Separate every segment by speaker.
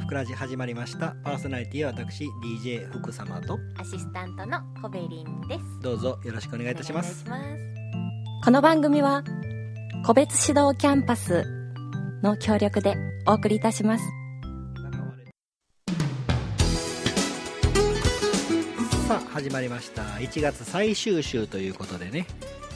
Speaker 1: ふくらじ始まりましたパーソナリティは私 DJ 福様と
Speaker 2: アシスタントのコベリンです。
Speaker 1: どうぞよろしくお願いいたします
Speaker 2: お願いしま
Speaker 3: この番組は個別指導キャンパスの協力でお送りいたします
Speaker 1: さあ始まりました1月最終週ということでね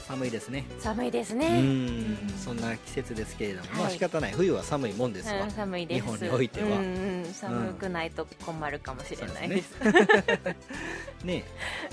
Speaker 1: 寒いですね
Speaker 2: す寒いです
Speaker 1: う
Speaker 2: ね。
Speaker 1: んそんな季節ですけれども、まあ
Speaker 2: はい
Speaker 1: 仕方ない冬は寒いもんですわ、
Speaker 2: うん寒いです。
Speaker 1: 日本においては
Speaker 2: うんうん寒くないと困るかもしれないです。
Speaker 1: そうですね ね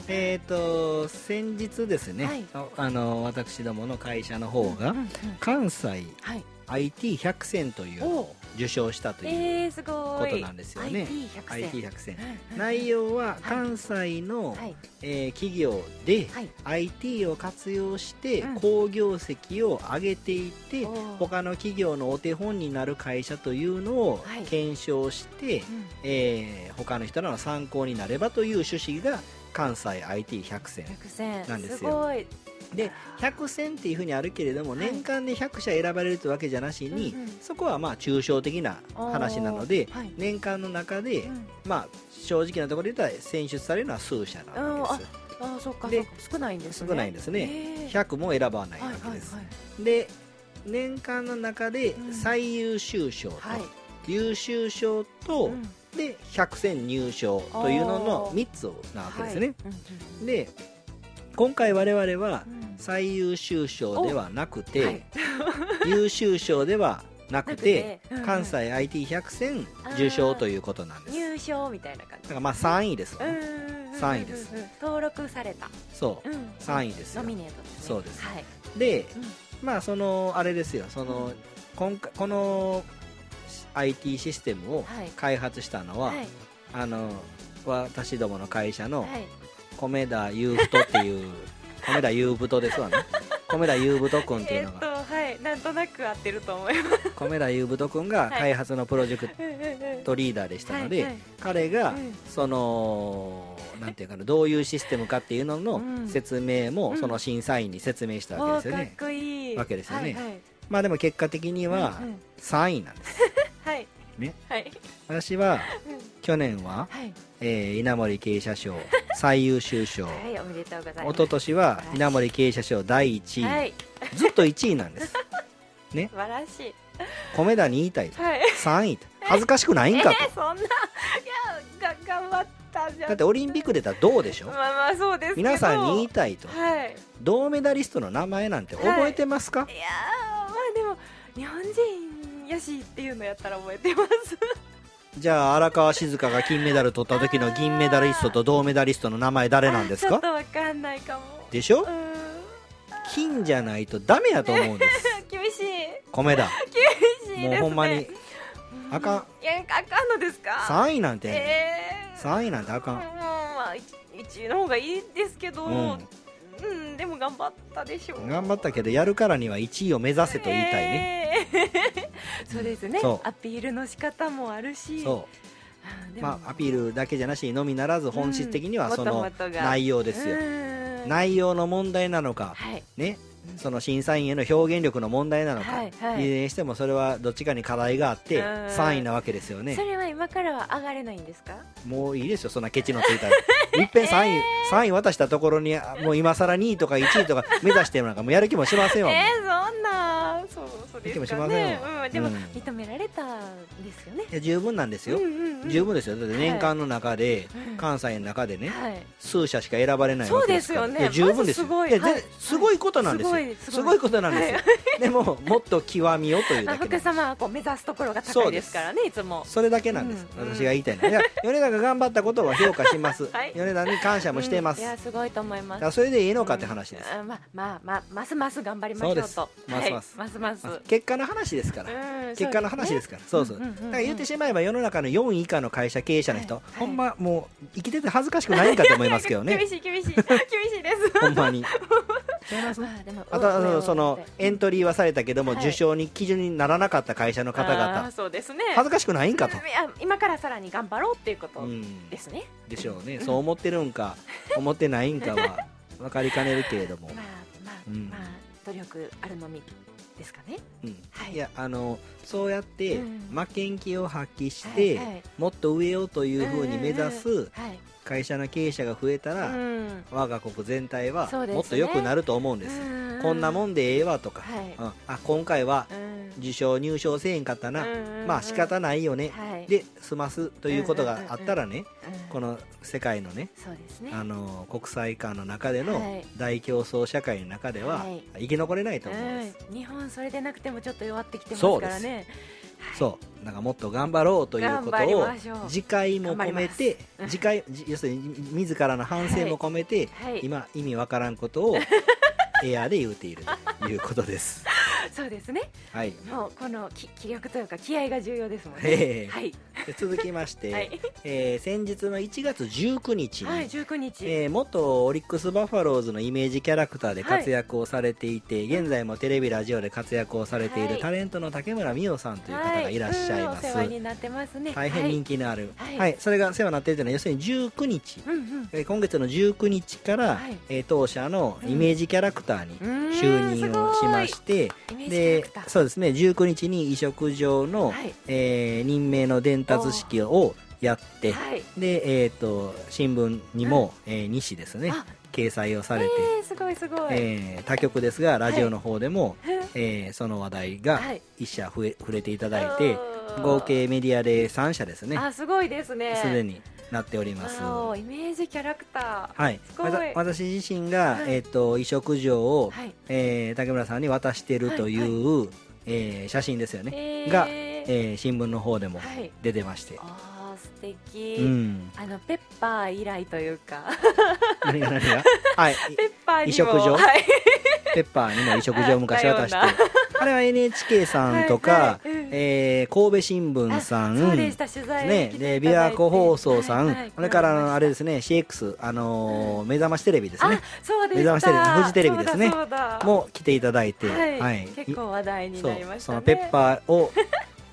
Speaker 1: えっ、と先日ですね、
Speaker 2: はい
Speaker 1: ああの私どもの会社の方が
Speaker 2: うんうん
Speaker 1: 関西
Speaker 2: はい。
Speaker 1: IT100 選というのを受賞したという
Speaker 2: えー、す
Speaker 1: こ
Speaker 2: ごい。
Speaker 1: となんですよね
Speaker 2: IT 百選。
Speaker 1: IT100 選
Speaker 2: うん
Speaker 1: 内容は関西の、
Speaker 2: はい
Speaker 1: えー企業で
Speaker 2: はい。
Speaker 1: IT を活用して
Speaker 2: うん
Speaker 1: 好業績を上げていって、
Speaker 2: おー
Speaker 1: 他の企業のお手本になる会社というのを
Speaker 2: はい
Speaker 1: 検証して、
Speaker 2: うん
Speaker 1: えー他の人らの参考になればという趣旨が関西 IT100 選
Speaker 2: 百選。
Speaker 1: なんですよ
Speaker 2: ごい。
Speaker 1: で100選っていうふうにあるけれども、
Speaker 2: い
Speaker 1: 年間で100社選ばれるというわけじゃなしに、
Speaker 2: うんうん
Speaker 1: そこはまあ抽象的な話なので
Speaker 2: おーはい
Speaker 1: 年間の中で、
Speaker 2: うん
Speaker 1: まあ正直なところで言ったら選出されるのは数社なわけです
Speaker 2: あー、そっか。
Speaker 1: で
Speaker 2: そっか少ないんですね。
Speaker 1: 少ないんですね
Speaker 2: えー
Speaker 1: 100も選ばないわ
Speaker 2: はい
Speaker 1: け
Speaker 2: はい
Speaker 1: です、で年間の中で
Speaker 2: うん
Speaker 1: 最優秀賞と
Speaker 2: はい。はい。
Speaker 1: 優秀賞と、
Speaker 2: うん
Speaker 1: で100選入賞というのの3つなわけですね、。
Speaker 2: はい
Speaker 1: で今回我々は
Speaker 2: うんうんうん
Speaker 1: 最優秀賞ではなくて、
Speaker 2: はい
Speaker 1: 優秀賞ではなくて
Speaker 2: なくてうんうん
Speaker 1: 関西 IT100 選受賞ということなんです
Speaker 2: 入賞みたいな感
Speaker 1: だ
Speaker 2: じ
Speaker 1: か。らまあ3位ですわね、
Speaker 2: 3
Speaker 1: 3位です。
Speaker 2: うんうんうん登録された。
Speaker 1: そう
Speaker 2: うん
Speaker 1: 3位です
Speaker 2: ノ
Speaker 1: よ
Speaker 2: ミネートですね。
Speaker 1: そうです
Speaker 2: はい。
Speaker 1: で
Speaker 2: うん
Speaker 1: まあそのあれですよその、
Speaker 2: うん
Speaker 1: 今回この IT システムを
Speaker 2: はい
Speaker 1: 開発したのは、
Speaker 2: はい。
Speaker 1: あの私どもの会社の
Speaker 2: はい。
Speaker 1: 米田優太って いう米田優太ですわね米田優太君ってい
Speaker 2: え
Speaker 1: うの
Speaker 2: ーっと
Speaker 1: が
Speaker 2: はいなんとなく合ってると思います。
Speaker 1: 米田優太君が開発のプロジェクトリーダーでしたので、
Speaker 2: はいはい
Speaker 1: 彼が
Speaker 2: うん
Speaker 1: そのなんていうかなどういうシステムかっていうの
Speaker 2: う
Speaker 1: の
Speaker 2: ん
Speaker 1: 説明
Speaker 2: う
Speaker 1: も
Speaker 2: ん
Speaker 1: その審査員に説明した
Speaker 2: お
Speaker 1: わ
Speaker 2: ー
Speaker 1: けです
Speaker 2: か
Speaker 1: よ
Speaker 2: っ
Speaker 1: ね、
Speaker 2: こいい
Speaker 1: わけですよね
Speaker 2: はいはい
Speaker 1: まあでも結果的には
Speaker 2: うんうん
Speaker 1: 3位なんです
Speaker 2: はい
Speaker 1: ね
Speaker 2: はい
Speaker 1: 私は
Speaker 2: うん
Speaker 1: 去年は、
Speaker 2: はい
Speaker 1: えー稲森経営者 賞最優秀賞
Speaker 2: はいおめでとうござ
Speaker 1: 一
Speaker 2: います。
Speaker 1: 昨年は
Speaker 2: はい
Speaker 1: 稲森経営者賞第1位、
Speaker 2: はい
Speaker 1: ずっと1位なん です
Speaker 2: 素晴らしい
Speaker 1: 米田に位たい
Speaker 2: はい。
Speaker 1: 3位と恥ずかしくない
Speaker 2: え
Speaker 1: ん
Speaker 2: ー
Speaker 1: かと、
Speaker 2: そんないやが頑張ったじゃん。
Speaker 1: だってオリンピック出たらどうでしょ
Speaker 2: まあまあそうですけど。
Speaker 1: 皆さんに位たいと
Speaker 2: はい。
Speaker 1: 銅メダリストの名前なんて覚えてますか、
Speaker 2: いやーまあでも日本人やしっていうのやったら覚えてます
Speaker 1: じゃあ荒川静香が金メダル取った時の銀メダリストと銅メダリストの名前誰なんです
Speaker 2: ちょ
Speaker 1: か
Speaker 2: っとわかんないかも
Speaker 1: でしょ
Speaker 2: うーん
Speaker 1: 金じゃないとダメやと思うん です
Speaker 2: 厳しい
Speaker 1: 米田
Speaker 2: 厳しいです、ね、
Speaker 1: もうほんまにあかん
Speaker 2: いやあかんのですか
Speaker 1: 3位なんて
Speaker 2: えー、
Speaker 1: 3位なんてあか
Speaker 2: うんんまあ一一位の方がいいですけどう
Speaker 1: うん
Speaker 2: ん、でも頑張ったでしょう
Speaker 1: 頑張ったけどやるからには1位を目指せと言いたいね、
Speaker 2: ね、えー そうですね
Speaker 1: そう
Speaker 2: アピールの仕方もあるし
Speaker 1: そう
Speaker 2: うんでも
Speaker 1: まあ、アピールだけじゃなしのみならず本質的に
Speaker 2: う
Speaker 1: は
Speaker 2: ん
Speaker 1: その
Speaker 2: もっともっとが
Speaker 1: 内容ですよ、
Speaker 2: うん
Speaker 1: 内容の問題なのか、
Speaker 2: はい
Speaker 1: ね、その審査員への表現力の問題なのか、
Speaker 2: はいいはい
Speaker 1: ずれにしてもそれはどっちかに課題があって
Speaker 2: うん
Speaker 1: 3位なわけですよ
Speaker 2: そ
Speaker 1: ね
Speaker 2: れは今からは上がれないんですか
Speaker 1: もういいですよそんなケチのついた らいっぺん3位3位渡したところにあもう今更2位とか1位とか目指してるなんかもうやる気もしませんわ、もう
Speaker 2: えー、そんなそうそうです
Speaker 1: でも
Speaker 2: か
Speaker 1: しません
Speaker 2: ね
Speaker 1: わ、
Speaker 2: うん、でも
Speaker 1: うん
Speaker 2: 認められたんですよね、
Speaker 1: いや十分なんですよ、
Speaker 2: うんうんうん
Speaker 1: 十分ですよだって年間の中で、
Speaker 2: うん
Speaker 1: 関西の中でね、
Speaker 2: はい
Speaker 1: 数社しか選ばれないわけですから
Speaker 2: そうですよね
Speaker 1: いや十分ですよ、
Speaker 2: まずすごい
Speaker 1: やぜ
Speaker 2: はい
Speaker 1: すごいことなんですよ、
Speaker 2: すごい
Speaker 1: す
Speaker 2: す
Speaker 1: ご
Speaker 2: ご
Speaker 1: い
Speaker 2: い
Speaker 1: ことなんですよ、でももっと極みをという
Speaker 2: まあ
Speaker 1: だけなんで
Speaker 2: 福
Speaker 1: す
Speaker 2: 様はこう目指すところが高いですからねいつも
Speaker 1: それだけなんです、
Speaker 2: うん
Speaker 1: 私が言いたいのはいや米田が頑張ったことは評価します、
Speaker 2: はい
Speaker 1: 米田に感謝もしてます、
Speaker 2: うんいやすごいと思いま
Speaker 1: だ
Speaker 2: す
Speaker 1: からそれでいいのかって話です、
Speaker 2: うん、まあまあまあますます頑張りましょうと
Speaker 1: そうです
Speaker 2: はい
Speaker 1: ます
Speaker 2: ますます
Speaker 1: あ結果の話ですから、
Speaker 2: うん
Speaker 1: 結果の話ですからそうそう,、
Speaker 2: うんうんうんうん
Speaker 1: だから言ってしまえば世の中の4位以下の会社経営者の人、
Speaker 2: はい
Speaker 1: ほんまもう生きてて恥ずかしくないんかと思いますけど
Speaker 2: そうです
Speaker 1: ね
Speaker 2: 厳しい厳しい厳しいです
Speaker 1: ほんまに
Speaker 2: まあでも
Speaker 1: あとあ
Speaker 2: 上
Speaker 1: の
Speaker 2: を
Speaker 1: そのエントリーはされたけども、
Speaker 2: はい
Speaker 1: 受賞に基準にならなかった会社の方
Speaker 2: あー
Speaker 1: 々
Speaker 2: そうですね
Speaker 1: 恥ずかしくないんかと
Speaker 2: う、んいや今からさらに頑張ろうっていうこと
Speaker 1: うん、
Speaker 2: ですね、
Speaker 1: でしょうねそう思ってるんか思って ないんかは分かりかねるけれども
Speaker 2: まあまあ、
Speaker 1: うん
Speaker 2: まあ努力あるのみですかね
Speaker 1: うん、
Speaker 2: はいい
Speaker 1: やあのそうやって
Speaker 2: うん
Speaker 1: 負けん気を発揮して、
Speaker 2: はいはい
Speaker 1: もっと上をというふうに目指
Speaker 2: うんうんう
Speaker 1: す
Speaker 2: んはい
Speaker 1: 会社の経営者が増えたら、
Speaker 2: うん
Speaker 1: 我が国全体は
Speaker 2: そうですね
Speaker 1: もっと良くなると思うんです、
Speaker 2: う
Speaker 1: こんなもんでええわとか、
Speaker 2: はい
Speaker 1: うん、あ今回は
Speaker 2: うん
Speaker 1: 受賞入賞せえんかったな、
Speaker 2: うんうん
Speaker 1: まあ仕方ないよね、
Speaker 2: はい
Speaker 1: で済ますということがあったらね、
Speaker 2: うん
Speaker 1: この世界のね
Speaker 2: そうですね
Speaker 1: あの国際間の中での
Speaker 2: はい
Speaker 1: 大競争社会の中では
Speaker 2: はい
Speaker 1: 生き残れないと思うんです、
Speaker 2: うん日本それでなくてもちょっと弱ってきてますからね
Speaker 1: そうなんかもっと頑張ろうというこ
Speaker 2: 頑張
Speaker 1: と
Speaker 2: り
Speaker 1: を
Speaker 2: ましょう
Speaker 1: 次回も込めて
Speaker 2: 頑張ります
Speaker 1: 次回じ要するに自らの反省も込めて、
Speaker 2: はい
Speaker 1: 今意味わからんこと をエアで言うているということです。
Speaker 2: そうですね
Speaker 1: はい、
Speaker 2: もうこのき気力というか気合が重要ですもん
Speaker 1: ええ
Speaker 2: ねはい
Speaker 1: で続きまして、
Speaker 2: はい
Speaker 1: えー先日の1月19日に、
Speaker 2: はい19日
Speaker 1: えー元オリックス・バファローズのイメージキャラクターで活躍をされていて、現在もテレビラジオで活躍をされてい
Speaker 2: は
Speaker 1: る
Speaker 2: い
Speaker 1: タレントの竹村美代さんという方がいらっしゃいま
Speaker 2: は
Speaker 1: す、
Speaker 2: うんお世話になってますね
Speaker 1: 大変人気のある、は
Speaker 2: はいい
Speaker 1: それが世話になっているというのは要するに19日、
Speaker 2: はいうん
Speaker 1: えー今月の19日から、
Speaker 2: はい
Speaker 1: えー当社のイメージキャラクターに
Speaker 2: うん
Speaker 1: 就任をしまして、
Speaker 2: うんイメージキャラ
Speaker 1: で
Speaker 2: クター
Speaker 1: そうですね19日に移植上の、
Speaker 2: はい
Speaker 1: えー任命の伝達式をやって、
Speaker 2: はい
Speaker 1: で、えー、と新聞にも、えー2紙ですね
Speaker 2: あ
Speaker 1: 掲載をさ
Speaker 2: え
Speaker 1: れて、
Speaker 2: えすごいすごい
Speaker 1: えー他局ですがラジオの方でも、
Speaker 2: ふん
Speaker 1: えーその話題が
Speaker 2: はい
Speaker 1: 1社増え触れていただいて、
Speaker 2: おー
Speaker 1: 合計メディアで3社ですね
Speaker 2: あすごいですね
Speaker 1: すでになっております。
Speaker 2: あのイメージキャラクター
Speaker 1: はい、
Speaker 2: すご
Speaker 1: わ
Speaker 2: い
Speaker 1: た私自身が、
Speaker 2: はい
Speaker 1: えっと移植状を、
Speaker 2: はい
Speaker 1: えー竹村さんに渡してるという、えー写真ですよね、
Speaker 2: えー
Speaker 1: が、えー新聞の方でも
Speaker 2: はい
Speaker 1: 出てまして、
Speaker 2: あー
Speaker 1: う
Speaker 2: 素敵
Speaker 1: ん、
Speaker 2: あのペッパー以来というか
Speaker 1: 何が何が、はい、
Speaker 2: ペッパーにも
Speaker 1: 移植状
Speaker 2: はい
Speaker 1: ペッパーにも移植状を昔渡して
Speaker 2: あったよ
Speaker 1: あれは NHK さんとか、
Speaker 2: はいはいうん
Speaker 1: えー神戸新聞さん
Speaker 2: あそうでした取材
Speaker 1: ね、で琵琶湖放送さん、それからあのあれですすね CX、あのー目覚ましテレビです
Speaker 2: あ
Speaker 1: ね
Speaker 2: そうでした
Speaker 1: 目覚ましテレビフジテレビですね
Speaker 2: そうだそう
Speaker 1: もう来ていただいて、
Speaker 2: だはい、
Speaker 1: はい
Speaker 2: 結構話題に
Speaker 1: そう
Speaker 2: なりまし
Speaker 1: そ
Speaker 2: たね
Speaker 1: のペッパーを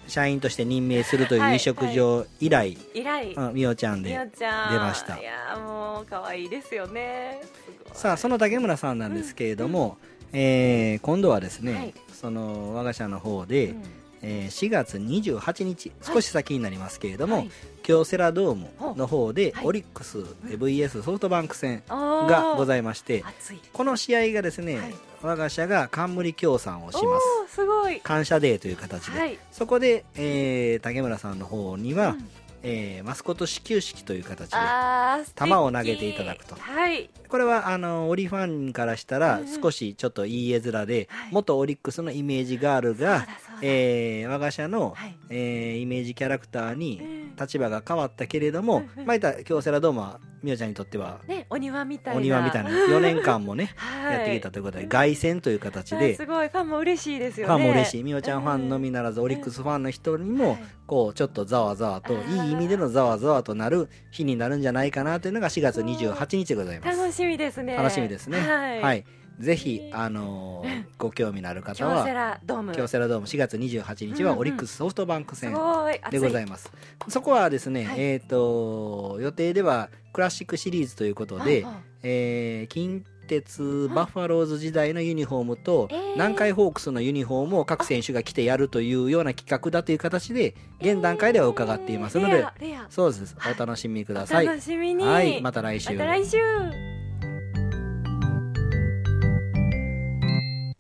Speaker 1: 社員として任命するという
Speaker 2: はい
Speaker 1: 移植上以来、
Speaker 2: ー以来
Speaker 1: うんみおちゃん
Speaker 2: み
Speaker 1: で
Speaker 2: おちゃん
Speaker 1: 出ました
Speaker 2: いやーもう可愛いですよねすごい
Speaker 1: さあその竹村さんなんですけれども、えー今度はですね、
Speaker 2: はい
Speaker 1: その我が社の方で、
Speaker 2: うん
Speaker 1: えー4月28日少し先になりますけれども、
Speaker 2: はい
Speaker 1: 京セラドームの方で、
Speaker 2: はい
Speaker 1: オリックス VS ソフトバンク戦
Speaker 2: おー
Speaker 1: がございまして
Speaker 2: 熱い
Speaker 1: この試合がですね、
Speaker 2: はい
Speaker 1: 我が社が冠協賛をします
Speaker 2: おーすごい
Speaker 1: 感謝デーという形で、
Speaker 2: はい
Speaker 1: そこで、えー竹村さんの方には、
Speaker 2: うん
Speaker 1: えーマスコット始球式という形で
Speaker 2: あー素敵
Speaker 1: 球を投げていただくと
Speaker 2: はい
Speaker 1: これはあのオリファンからした
Speaker 2: う
Speaker 1: ら
Speaker 2: んうん
Speaker 1: 少しちょっといい絵面で、
Speaker 2: はい
Speaker 1: 元オリックスのイメージガール
Speaker 2: そうだ
Speaker 1: が、
Speaker 2: そうだ
Speaker 1: えー我が社の、
Speaker 2: はい
Speaker 1: えーイメージキャラクターに
Speaker 2: うん
Speaker 1: 立場が変わったけれども、
Speaker 2: うんうん
Speaker 1: まあいったら京セラドームは美桜ちゃんにとっては
Speaker 2: ねお庭みたいな
Speaker 1: お庭みたいな4年間もね
Speaker 2: はい
Speaker 1: やってきたということで凱旋という形
Speaker 2: あ
Speaker 1: で。
Speaker 2: すごいファンも嬉しいですよ
Speaker 1: フ
Speaker 2: ね
Speaker 1: ァンも嬉しい美桜ちゃんファンのみならずオリックスファンの人に
Speaker 2: は
Speaker 1: も
Speaker 2: い
Speaker 1: こうちょっとざわざわと
Speaker 2: あー
Speaker 1: いい意味でのざわざわとなる日になるんじゃないかなというのが4月28日でございます
Speaker 2: 楽しみですね
Speaker 1: 楽しみですね
Speaker 2: はい、
Speaker 1: はいぜひあのーご興味のある
Speaker 2: 京
Speaker 1: 方は
Speaker 2: セラドーム
Speaker 1: 京セラドーム4月28日は
Speaker 2: うんうん
Speaker 1: オリックスソフトバンク
Speaker 2: す
Speaker 1: 戦
Speaker 2: ごい熱
Speaker 1: でございますそこはですね
Speaker 2: はい
Speaker 1: えっと予定ではクラシックシリーズということで
Speaker 2: ああ
Speaker 1: えー近鉄バファローズ時代のユニフォームと
Speaker 2: えー
Speaker 1: 南海ホークスのユニフォームを各選手が着てやるというような企画だという形で現段階では伺っていますの
Speaker 2: えー
Speaker 1: で
Speaker 2: レアレア
Speaker 1: そうです
Speaker 2: はい
Speaker 1: お楽しみくだ
Speaker 2: お
Speaker 1: さい
Speaker 2: 楽しみに
Speaker 1: はいまた来
Speaker 2: ま
Speaker 1: 週
Speaker 2: た来週